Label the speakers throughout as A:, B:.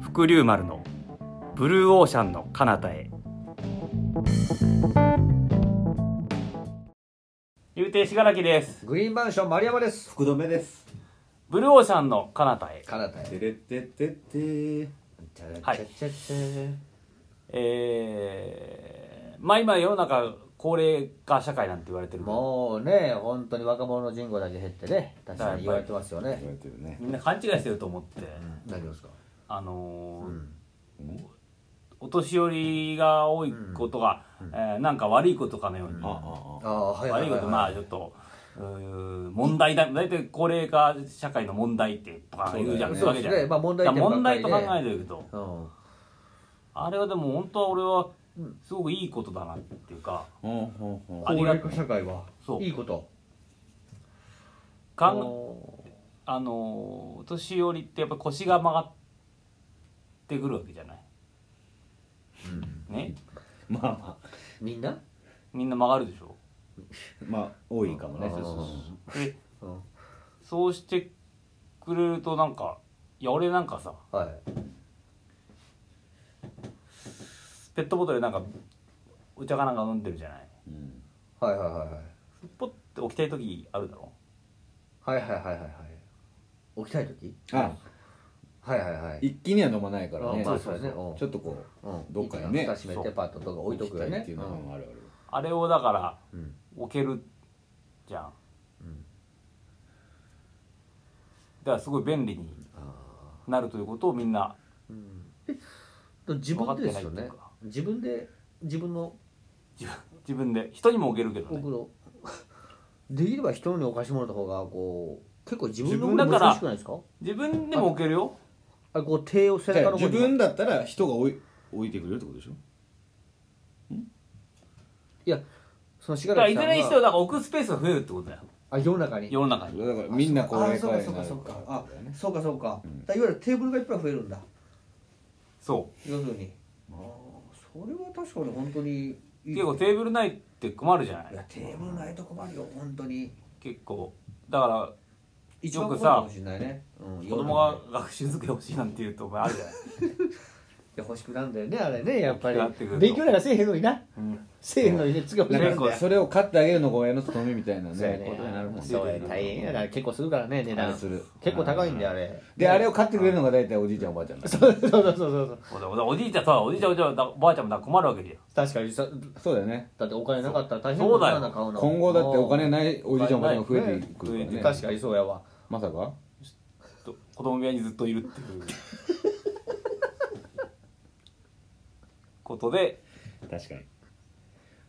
A: 福竜丸のブルーオーシャンの彼方へ遊亭しがらきです
B: グリーンマンション丸山です。
C: 福留です。
A: ブルーオーシャンの彼方へ、
B: カナタへ。
C: てれってってって。
A: はいえー、まあ今世の中高齢化社会なんて言われてるけど
B: もうね、本当に若者の人口だけ減ってね、確かに言われてますよ
C: 言わ
B: ね。
C: れてるね。
A: みんな勘違いしてると思って、
B: 何ですか。
A: あのー
B: うん
A: お年寄りが多いことが、えーなんか悪いことかのように、
C: ああ
B: ああ、はいは
A: 悪
B: い
A: い
B: は
A: こ
B: い
A: とまあ
B: は
A: ちょっとうー問題だ大体高齢化社会の問題ってバカ言うじゃん
B: そ
A: わ
B: うだよね
A: けじゃ
B: そうですね
A: ん
B: まあ問題点
A: だから
B: ばっかりね
A: 問題と考えてるけど
B: い。うん。
A: あれはでも本当は俺はすごくいいことだなっていうか
C: ああ。うんうんうん。
A: ありが
B: 社会は
A: そう
B: いいこと。
A: かん
B: おー
A: あのーお年寄りってやっぱ腰が曲がってくるわけじゃない、ね
C: まあまあ。
B: みんな。
A: みんな曲がるでしょ
C: まあ、多いかもね。
B: あ
C: そ
B: ー
C: うそう
A: で
B: うん。
A: そうしてくれるとなんかいや俺なんかさ
B: はい。
A: ペットボトルでなんかお茶かなんか飲んでるじゃない
C: そう。う
B: は
C: ん。
B: いはいはいはい。
A: ポッて起きたい時あるだろ
B: はいはいはいはいはい。起きたい時。
C: あ、
B: はいはいはい。
C: 一気には飲まないからね。
B: あまあそうだねうん
C: ちょっとこう、
B: うん
C: どっかにね
B: 一旦蓋閉めてパッととか置いとくよ
C: 置きた
B: ね
C: って。いうのもあるある。
A: あれをだから
B: うんうん
A: 置けるじゃん、だからすごい便利になるということをみんな
B: 自分でですよ
A: 分かってないってい
B: ね
A: うか
B: 自分で自分の
A: 自分自分で人にも置けるけどね
B: 僕の できれば人にお菓子もらった方がこう結構自分
A: 自
B: の
A: 分だから
B: 難しくないですか
A: 自分でも置けるよ
B: あれこう手を背中
C: だから
B: の方
C: 自
B: に
C: 分だったら人が置い置いてくれるってことでしょ
B: いやそのしが
A: だからい
B: らき
A: ず
B: さん
A: れにしても
B: が
A: だから置くスペースが増えるってことだよ
B: あ世の中に
A: 世の中に
C: だからみんな高齢化にな
B: あ
C: る
B: そうか
C: か
B: らそうかそうか
C: っ
B: あ
C: てことだよね
B: そうかそうかだからいわゆるテーブルがいっぱい増えるんだ
A: そ
B: 要するにああそれは確かに本当に
A: う
B: いい
A: 結構テーブルないって困るじゃない
B: や
A: い
B: テーブルないと困るよ本当に
A: 結構だから
B: 一番
A: よく
B: 困る
A: さ
B: かもしれないねうん
A: 子
B: 世
A: 供
B: の中
A: が
B: で
A: 学習机欲しいなんて言うとお前ある じゃない、
B: いや欲しくなるんだよねあれねやっぱり
A: 欲しくなってくると
B: 勉強なんかせえへんのにな
A: うん、
B: せえへんのにね次は欲しくなる
C: な
B: ん
C: ん
B: だ
C: か
B: よ
C: それを買ってあげるのが親の務めみたいな
B: そうや
C: ね
B: ね
C: ことになるもんね
B: そうや大変やな結構するからね値
C: あ
B: 段
C: れする
B: 結構高いんだよあれ
C: であれを買ってくれるのが大体おじいちゃんおばあちゃんだ
B: そうそうそうそうそう
A: おおおじいちゃんさおじいちゃんおじいちゃんおばあちゃんもだから困るわけじゃん
B: 確かにさ
C: そうだよね
B: だってお金なかったら大変
A: そうだよ
B: な買うの
C: 今後だってお金ないおじいちゃんおばあちゃんが増えていくから
A: ね
C: ね
B: 確かにそうやわ
C: まさか
A: と子供部屋にずっといるっていうことで
C: 確かに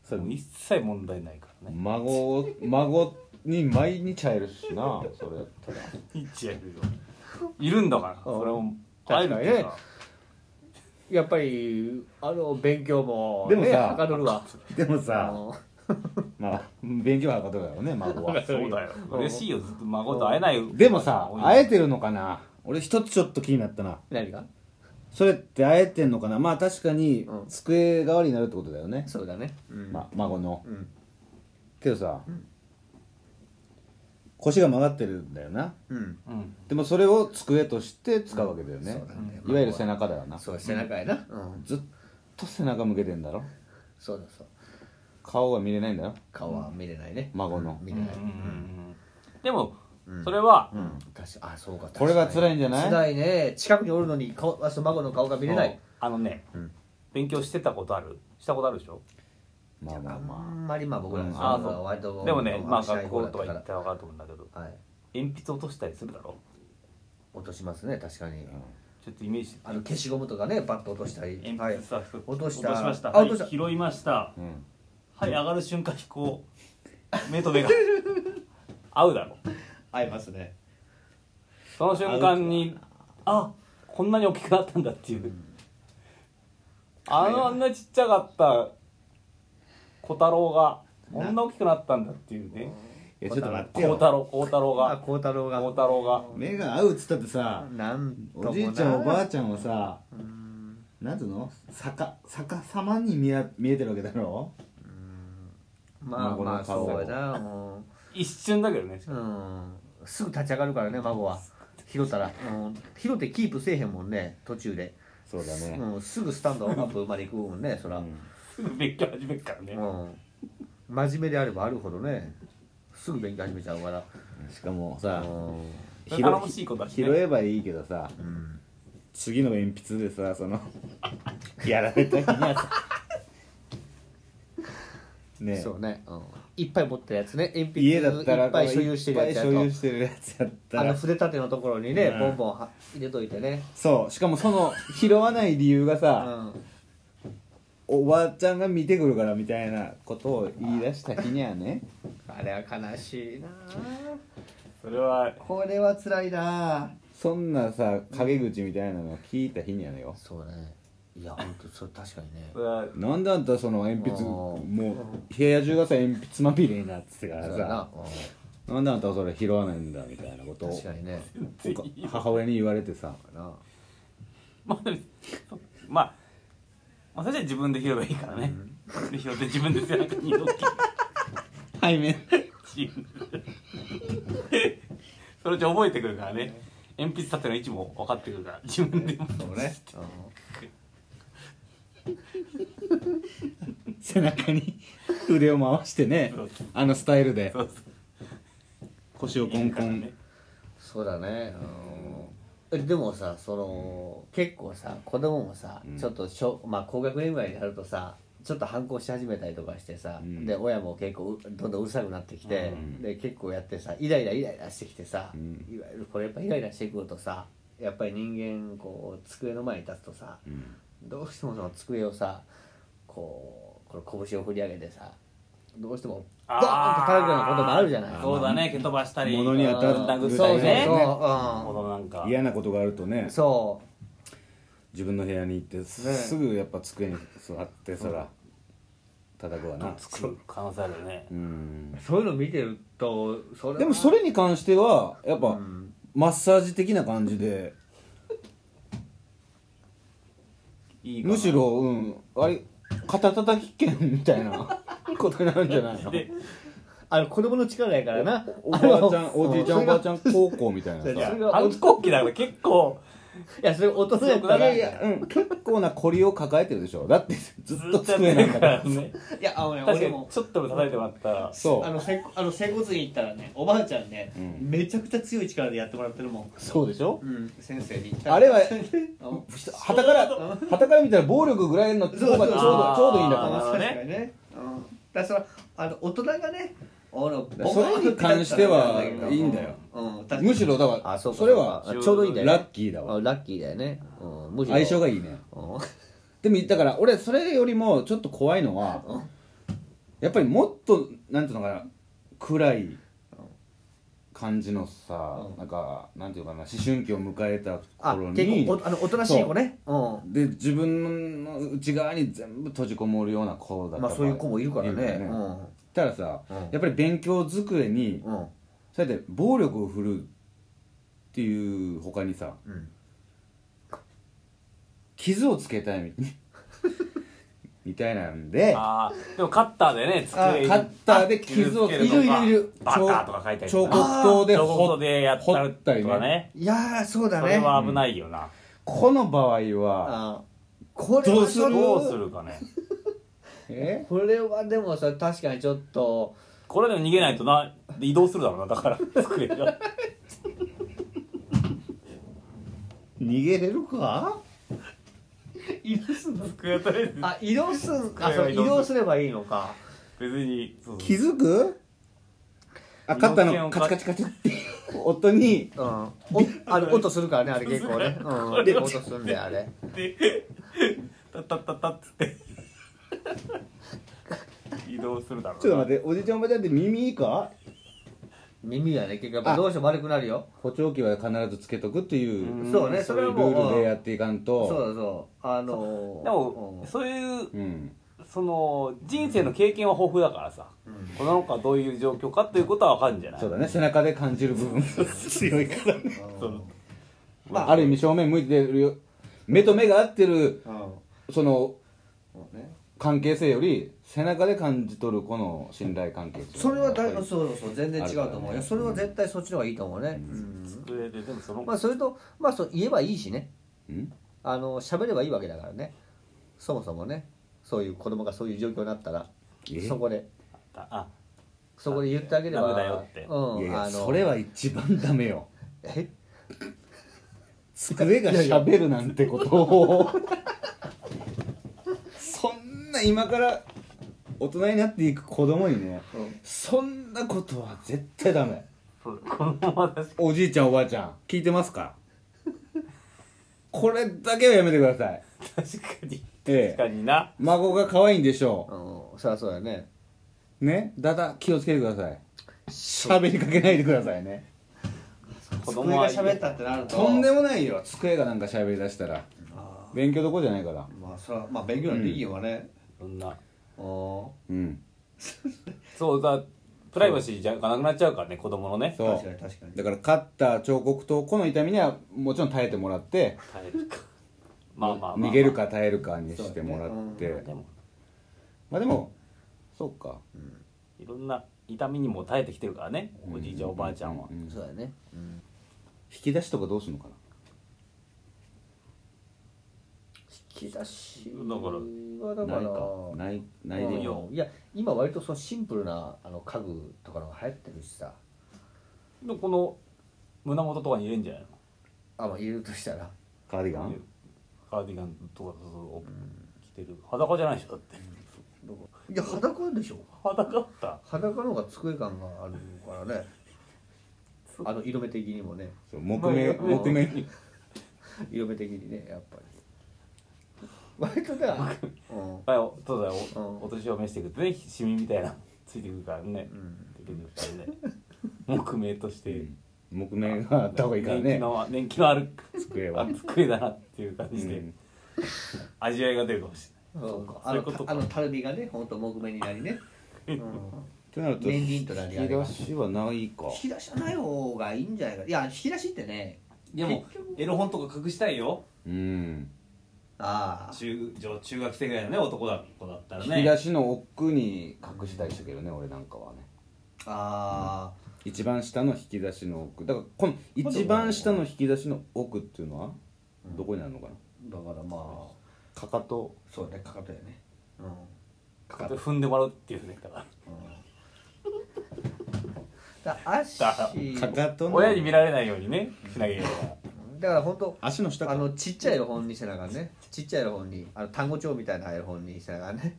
C: それ
A: もう一切問題ないからね
C: 孫を孫に毎日会えるしなそれだったら
A: 一やるよいるんだから
B: うん
A: それも会えるっていうか
B: やっぱりあの勉強も
C: でもさ
B: ねはかどるわ
C: でも
B: あの
C: まあ勉強はかどうだろうね 孫は
A: そうだよ
B: うん
A: 嬉しいよずっと孫と会えない
C: でもさ
A: 多いよ
C: 会えてるのかな俺一つちょっと気になったな
B: 何が
C: それって会えてんのかなまあ確かに
B: うん
C: 机代わりになるってことだよね、
B: そうだねうん
C: ま、孫の
B: うん
C: けどさ、腰が曲がってるんだよな
B: うん
A: うん
C: でもそれを机として使うわけだよね,、
B: そうだね
C: いわゆる背中だよな
B: そう背中やなうん
C: ずっと背中向けてんだろ
B: そうだそう
C: 顔が見れないんだよ
B: 顔は見れないね
C: 孫の
B: うん見
A: う
B: れ
A: んうんう
B: ない
A: んでもそれは
B: うん確かあそうか
C: これが辛いんじゃない
B: 確かに辛いね近くにおるのに顔あその孫の顔が見れない
A: あのね
B: うん
A: 勉強してたことあるしたことあるでしょ
C: まあま
B: あ
C: あま
B: んまりまあ僕ら
C: うん
B: そ
A: あ
B: ういうのは割と
A: でもねまあ
B: しない
A: 学校
B: 方
A: とか行
B: だったら
A: ったら分かると思うんだけど
B: はい
A: 鉛筆落としたりするだろ
B: 落としますね確かに
C: あ、
A: ちょっとイメージして
B: あの消しゴムとかねバッと落としたり
A: 鉛
B: はい
A: 筆さ
B: 落とした
A: 落としました
B: あ
A: はい
B: 落とした
A: 拾いました
C: うんうん
A: はい上がる瞬間にこう目と目が合うだろ
B: 合いますね
A: その瞬間にあこんなに大きくなったんだっていう、あのあんなちっちゃかった小太郎がこんな大きくなったんだっていうね
C: いやちょっと待って
A: 小
C: よ
A: 太郎小太郎
B: あ
A: が
B: 孝太郎が
A: 小太郎が
C: 目が合うっつったってさ
B: なんともな
C: おじいちゃんおばあちゃんはさなんていうの逆逆さまに見え見えてるわけだろ
B: まあ
C: 孫
B: まあ
C: の顔
B: そうやなうん
A: 一瞬だけどね
B: うんすぐ立ち上がるからね孫は拾ったらうん拾ってキープせえへんもんね途中で
C: そうだね、
B: うん、すぐスタンドアップまで行くもんねそら、うん
A: すぐ勉強始めるからね、
B: 真面目であればあるほどねすぐ勉強始めちゃうから
C: しかもさ
B: うん
C: 拾
A: 頼もしい子だしね
C: 拾えばいいけどさ、
B: ん
C: 次の鉛筆でさ そのやられた日にはさねえ
B: そうね、うん、いっぱい持ってるやつね鉛筆
C: 家だったら
B: いっぱい所有してるやつや
C: いっぱい所有
B: と
C: してるやつやった
B: あ
C: ら
B: の筆立てのところにね、
C: うん
B: ボンボンは入れといてね、
C: そうしかもその拾わない理由が
B: う
C: さ、
B: ん、
C: おばあちゃんが見てくるからみたいなことを言い出した日にはね
B: あれは悲しいなあ
A: それは
B: これは辛いなあ
C: そんなさ陰口みたいなのを聞いた日にはねよ
B: そうねいや本当それ確かにね
A: それは
C: なんであんたその鉛筆
B: あー
C: もう部屋中がさ鉛筆まみれになってたか
B: そ
C: ら
B: うやな
C: さ、なんであんたはそれ拾わないんだみたいなこと
B: うん、
C: を
B: 確かにね
A: 全
C: おか
A: 然いい
C: 母親に言われてさ
B: な
A: まあでもまあまあそれじゃ自分で拾えばいいからね、で拾って自分で背中に置き
C: 背面
A: チそれじゃ覚えてくるからね鉛筆立ての位置も分かってくるから自分でも
B: そうね、うん
C: 背中に腕を回してね
A: そう
C: あのスタイルで
A: そう
C: 腰をコ
A: そう
C: ンコ
A: いいから
C: ン
A: ね
B: そうだねうんえでもさその、結構さ子供もさ、
C: うん
B: ちょっとしょ、まあ、高学年ぐらいになるとさちょっと反抗し始めたりとかしてさ、
C: うん
B: で親も結構うどんどんうるさくなってきて、
C: うん
B: で結構やってさイライライライラしてきてさ、
C: うん
B: いわゆるこれやっぱイライラしてくるとさやっぱり人間こう机の前に立つとさ、
C: うん
B: どうしてもその机をさこうこの拳を振り上げてさどうしてもドーンと叩くようなこともあるじゃない
A: あーそうだね蹴飛ばしたり
C: 物に当たる
A: 殴
B: そう
A: っ
B: そ
A: た
B: う
A: り
B: そう
A: ね
B: そう、
A: このなんか
C: 嫌なことがあると
B: う
C: ね
B: ん、そ
C: 自分の部屋に行って
B: ね
C: すすぐやっぱ机に座ってそら叩くわな
A: 作る可能性あるよね
C: うん
B: うそういうの見てるとそれは
C: でもそれに関してはやっ
B: う
C: ぱ
B: ん
C: マッサージ的な感じで
A: いいかな
C: むしろうんあれ肩叩き券みたいなことになるんじゃないの
A: で
B: あの子供の力やからな
C: おばあちゃん
B: あの
C: おじいちゃんおばあちゃん高校みたいなさ
B: そ
C: いう
A: いや
B: れが
A: 反抗期だから結構
B: いやそれ大人やったら
C: やいや、うん、結構なコリを抱えてるでしょだってずっと
A: ずっと
C: 机
A: やっ
C: な
A: て
C: ん
A: るか
C: だから
A: らね
B: いやあのね
A: 確か
B: 俺
A: に
B: も
A: ちょっとも叩いてもらったら
C: そう
B: あのせあの整骨院行ったらねおばあちゃんね、
C: うん
B: めちゃくちゃ強い力でやってもらってるもん、
C: そうでしょ
B: うん、先生に
C: あれは
B: うん
C: はたからはたから見たら暴力ぐらいの方がちょうどち
A: あー
C: ょうどいいんだ
A: あ
C: か
A: ー
B: 確かにね、うん、だからそのあの大人がねあの
C: らそれに関しては
B: ボコボコって
C: いい
B: や
C: ん
B: ったら
C: だよ
B: うん、確かに
C: むしろだから
B: あそうか
C: れ
B: そう
C: は
B: かあちょうどいいんだよね
C: ラッキーだわ
B: あラッキーだよね、うん、むしろ
C: 相性が
B: いい、
C: いいね
B: うん、
C: でもだから俺それよりもちょっと怖いのは
B: うん
C: やっぱりもっとなんていうのかな暗い感じのさ
B: うん
C: なんかなんていうかな思春期を迎えた
B: あ
C: 頃
B: 結
C: に
B: 構おあのおとなしい子ねうん
C: で自分の内側に全部閉じこもるような子だっ
B: ま
C: た
B: あそういう子もいるからね
C: いたらさ、
B: うん
C: やっぱり勉強机に
B: うんうん
C: そうやって暴力を振るっていう他にさ
B: うん
C: 傷をつけたいみ みたいなんで
A: あーでもカッターでね
C: あ
A: 机に
C: カッターで傷を
A: 傷つけるとか
C: いるいるいる
A: バカとか書いたり
C: 彫
A: と
C: 刻
A: か
C: 刀で
A: 彫刻
C: 彫
A: 刀でやった
C: 彫った
A: り
C: り
A: とか
C: ね
A: ね
B: いやーそうだ
A: そ
B: ね
A: れは危ないよな、
C: この場合は
B: あこれ
C: ど
B: は
C: うする
A: どうするかね
C: え
B: これはでもさ確かにちょっと
A: これでも逃げないとな移動するだろうなだ から机が
C: 逃げれるか
B: 移動すんの
A: 机とりあえず
B: あ移動すんあ
A: これ
B: そ
A: は
B: う
A: 移
B: 移
A: 動する
B: 動すればいいのか
A: 別にそうそう
C: 気づくあ
A: 身の
C: カッター
A: 剣を
C: のカチカチカチっていう音に
B: うん、おあの音するからねあれ結構ね、うん、
A: で
B: 結構音するんであれ
A: でタッタッタッタッつって 移動するだろうな
C: ちょっと待っておじちゃんおばちゃんって耳いいか
B: 耳がね結構やっぱどうしても悪くなるよ
C: 補聴器は必ずつけとくっていう
A: うん
B: そうねそ
C: そうい
B: れは
C: うル
B: もう
C: ールでや
B: う
C: っ
B: ん
C: ていかん
B: そう
C: と
B: だそうあのー
A: でもそういう
C: うん
A: その人生の経験は豊富だからさ、
B: うん
A: この子はどういう状況かということは分かるんじゃない
C: そうだね背中で感じる部分が強いからね
B: うん
A: その
C: まあある意味正面向いてるよ目と目が合ってる
B: うん
C: その
B: そうね
C: 関係性より背中で感じ取るこの信頼関係っていう
B: そ
C: の
B: れ
C: は
B: はだい
C: やっぱり
B: そうそう全然違うと思う
C: あるから
B: よ
C: ね
B: それは絶対そっちの方がいいと思うね、
A: 机ででもそ
B: うん
A: の
B: まあそれとまあそう言えばいいしね
C: ん
B: あの喋ればいいわけだからねそもそもねそういう子供がそういう状況になったら
C: え
B: そこで
A: ああ
B: そこで言ってあげれば
A: ダメだよって
B: うん、
C: いやいや
B: あの
C: それは一番ダメ よ
B: え
C: 机が喋るなんてことを そんな今から大人になっていく子供にね
B: うん
C: そんなことは絶対ダメ
A: そうこのままだし
C: おじいちゃんおばあちゃん聞いてますかこれだけはやめてください
A: 確かに
C: え
A: 確か
C: え
A: にな
C: 孫が可愛いんでしょ
B: うんそりゃそうだね
C: うねだだ気をつけてください喋りかけないでくださいね
A: 子供は
B: 机が喋ったってなると
C: とんでもないよ机がなんか喋りだしたら
B: あ
C: 勉強どころじゃないから
B: ーまあそれはまあ勉強なんていいよはね、
A: そんな
B: うん
C: うん
A: そうだプライバシーじゃなくなっちゃうからね子供のね
C: そう
B: 確かに確かに
C: だから勝った彫刻刀この痛みにはもちろん耐えてもらって
A: 耐えるかまあまあまあ、まあ、
C: 逃げるか耐えるかにしてもらって、
B: そう
A: でも
C: まあでもそうか
A: いろんな痛みにも耐えてきてるからねおじいちゃんおばあちゃんは、
C: うん
B: そうだね、うん、
C: 引き出しとかどうするのかな
B: 引き出し
A: だから
B: はだから
C: ないかないない
A: うん
C: で
B: い
C: いい
A: よ
C: よ
B: や今割とそのシンプルなあの家具とかのが流行ってるしさ
A: でこの胸元とかに入れんじゃない
B: あまあ入れるとしたら
C: カーディガ
A: の
C: ン
A: カーディガンとかそう着てる裸じゃないでしょだって
B: いや裸でしょ
A: 裸だった
B: 裸の方が机感があるからね
A: そう
B: あの色目的にもね
C: そう木
A: ま
C: 目
A: あ
C: 木目
B: 色目的にねやっぱり割とだ、うん
A: はい、おそうだよお,、
B: うん
A: お年を召してくとねシミみたいなのついてくるからね、
B: うん
A: 出てくるからね木目として、
C: 木目があった方がいいから
A: 年季
C: ね
A: の年季のある
C: 机
A: あ
C: は
A: 机だなっていう感じで、
C: うん
A: 味わいが出るかもしれない、
B: そう
A: か
B: あ
A: そういうこ
B: の
A: と
B: あ
A: か
B: のたるみがね本当木目になりね、うん、
C: ってなると
B: 年輪
C: 引き
B: と何
C: 出しはないか
B: 引き出しはない方がいいんじゃないかいや引き出しってね
A: でもエロ本とか隠したいよ
C: うん
B: ああ
A: 中上中学生ぐらいのね男だ子だったら
C: 引
A: ね
C: き出しの奥に隠したりしたけどね俺なんかはね
B: あ
C: 一番下の引き出しの奥だからこの一番下の引き出しの奥っていうのはどこになるのかな
B: あだからまあ
C: かかと
B: そうねかかとやねうん
A: か
B: か
A: かと踏んでもらうっていうねだから
B: だから足
A: だか
C: かかとの
A: 親に見られないようにねしなきゃいけないから
B: だから本当
C: 足の下か
B: あのちっちゃい本に背中ねちっちゃい本にあの単語帳みたいな入る本に背中ね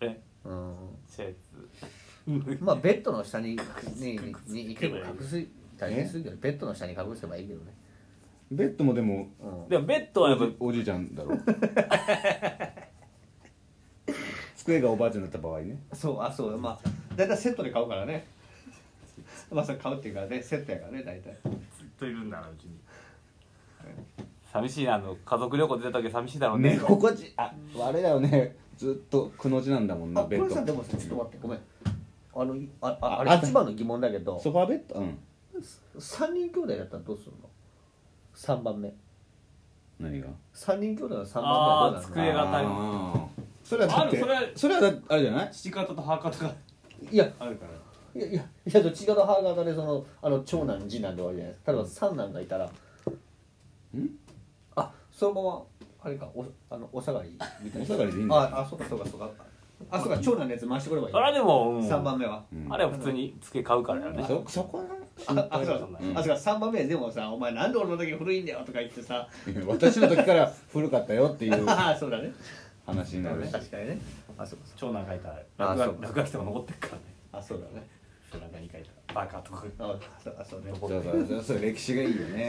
A: えっ
B: うん
A: せやつ
B: まあベッドの下ににににに結構隠すたり
C: え
B: するけどベッドの下に隠せばいいけどね
C: ベッドもでも
B: うん
A: でもベッドはやっぱ
C: おじいちゃんだろ机がおばあちゃんだった場合ね
B: そうあそうまあ大体セットで買うからねまあそれ買うっていうからねセットやからね大体
A: ずっといるんだなうちに寂しいなあの家族旅行出た時寂しいだろうね
C: 寝心地ああれだよねずっとくの字なんだもん
B: あ
C: な
B: こ
C: ベ
B: れ
C: ッ
B: さで
C: ド
B: もさちょっと待ってごめんあのいあああ
C: あ
B: れ一番の疑問だけど
C: ソファーベッドうん
B: 3人兄弟だったらどうするの3番目
C: 何が
B: 3人兄弟の3番目はどうな
A: 机
B: るの
A: が足り
C: あーそれはだって
A: あるそれは
C: それはだあれじゃない
A: 父方と母方が
B: いや
A: あるから
B: いやいやいやどっちかと母方でそのあの長男次男で終わりじゃないですか例えば三男がいたらんあそのままあれかおあのお下がりみたいな
C: お下がりでいいんだ
B: ああそうかそうかそうかあそうか長男のやつ回してくればいい
A: あれはでも、うん
B: 3番目は、
C: うん
A: あれは普通に机買うからよね
C: そそこの
B: ああそうか
C: うん
B: あそうか3番目でもさ「お前なんで俺の時古いんだよ」とか言ってさ
C: 私の時から古かったよっていう
B: ああそうだね
C: 話になるし
B: 確かにねあそうかそう
A: 長男書いたら
B: あそう
A: 落書落書きとか残ってるからね
B: あそうだね
A: 背中に書いたらバカとか
B: あそうあそうね
A: 残っ
C: そう
A: てる
C: そうそうそう歴史がいいよね、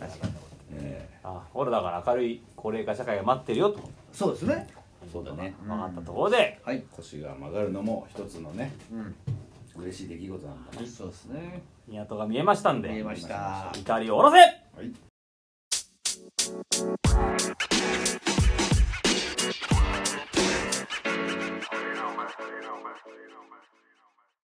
B: 確かに
C: え
A: あ俺だから明るい高齢化社会が待ってるよと
B: そうですね
C: そうだね
A: 分かったところで
B: はい
C: ー腰が曲がるのも一つのね
B: うん
C: 嬉しい出来事なんだね
B: そうですね
A: 港が見えましたんで
B: 見えました
A: 怒りを下ろせ
C: はい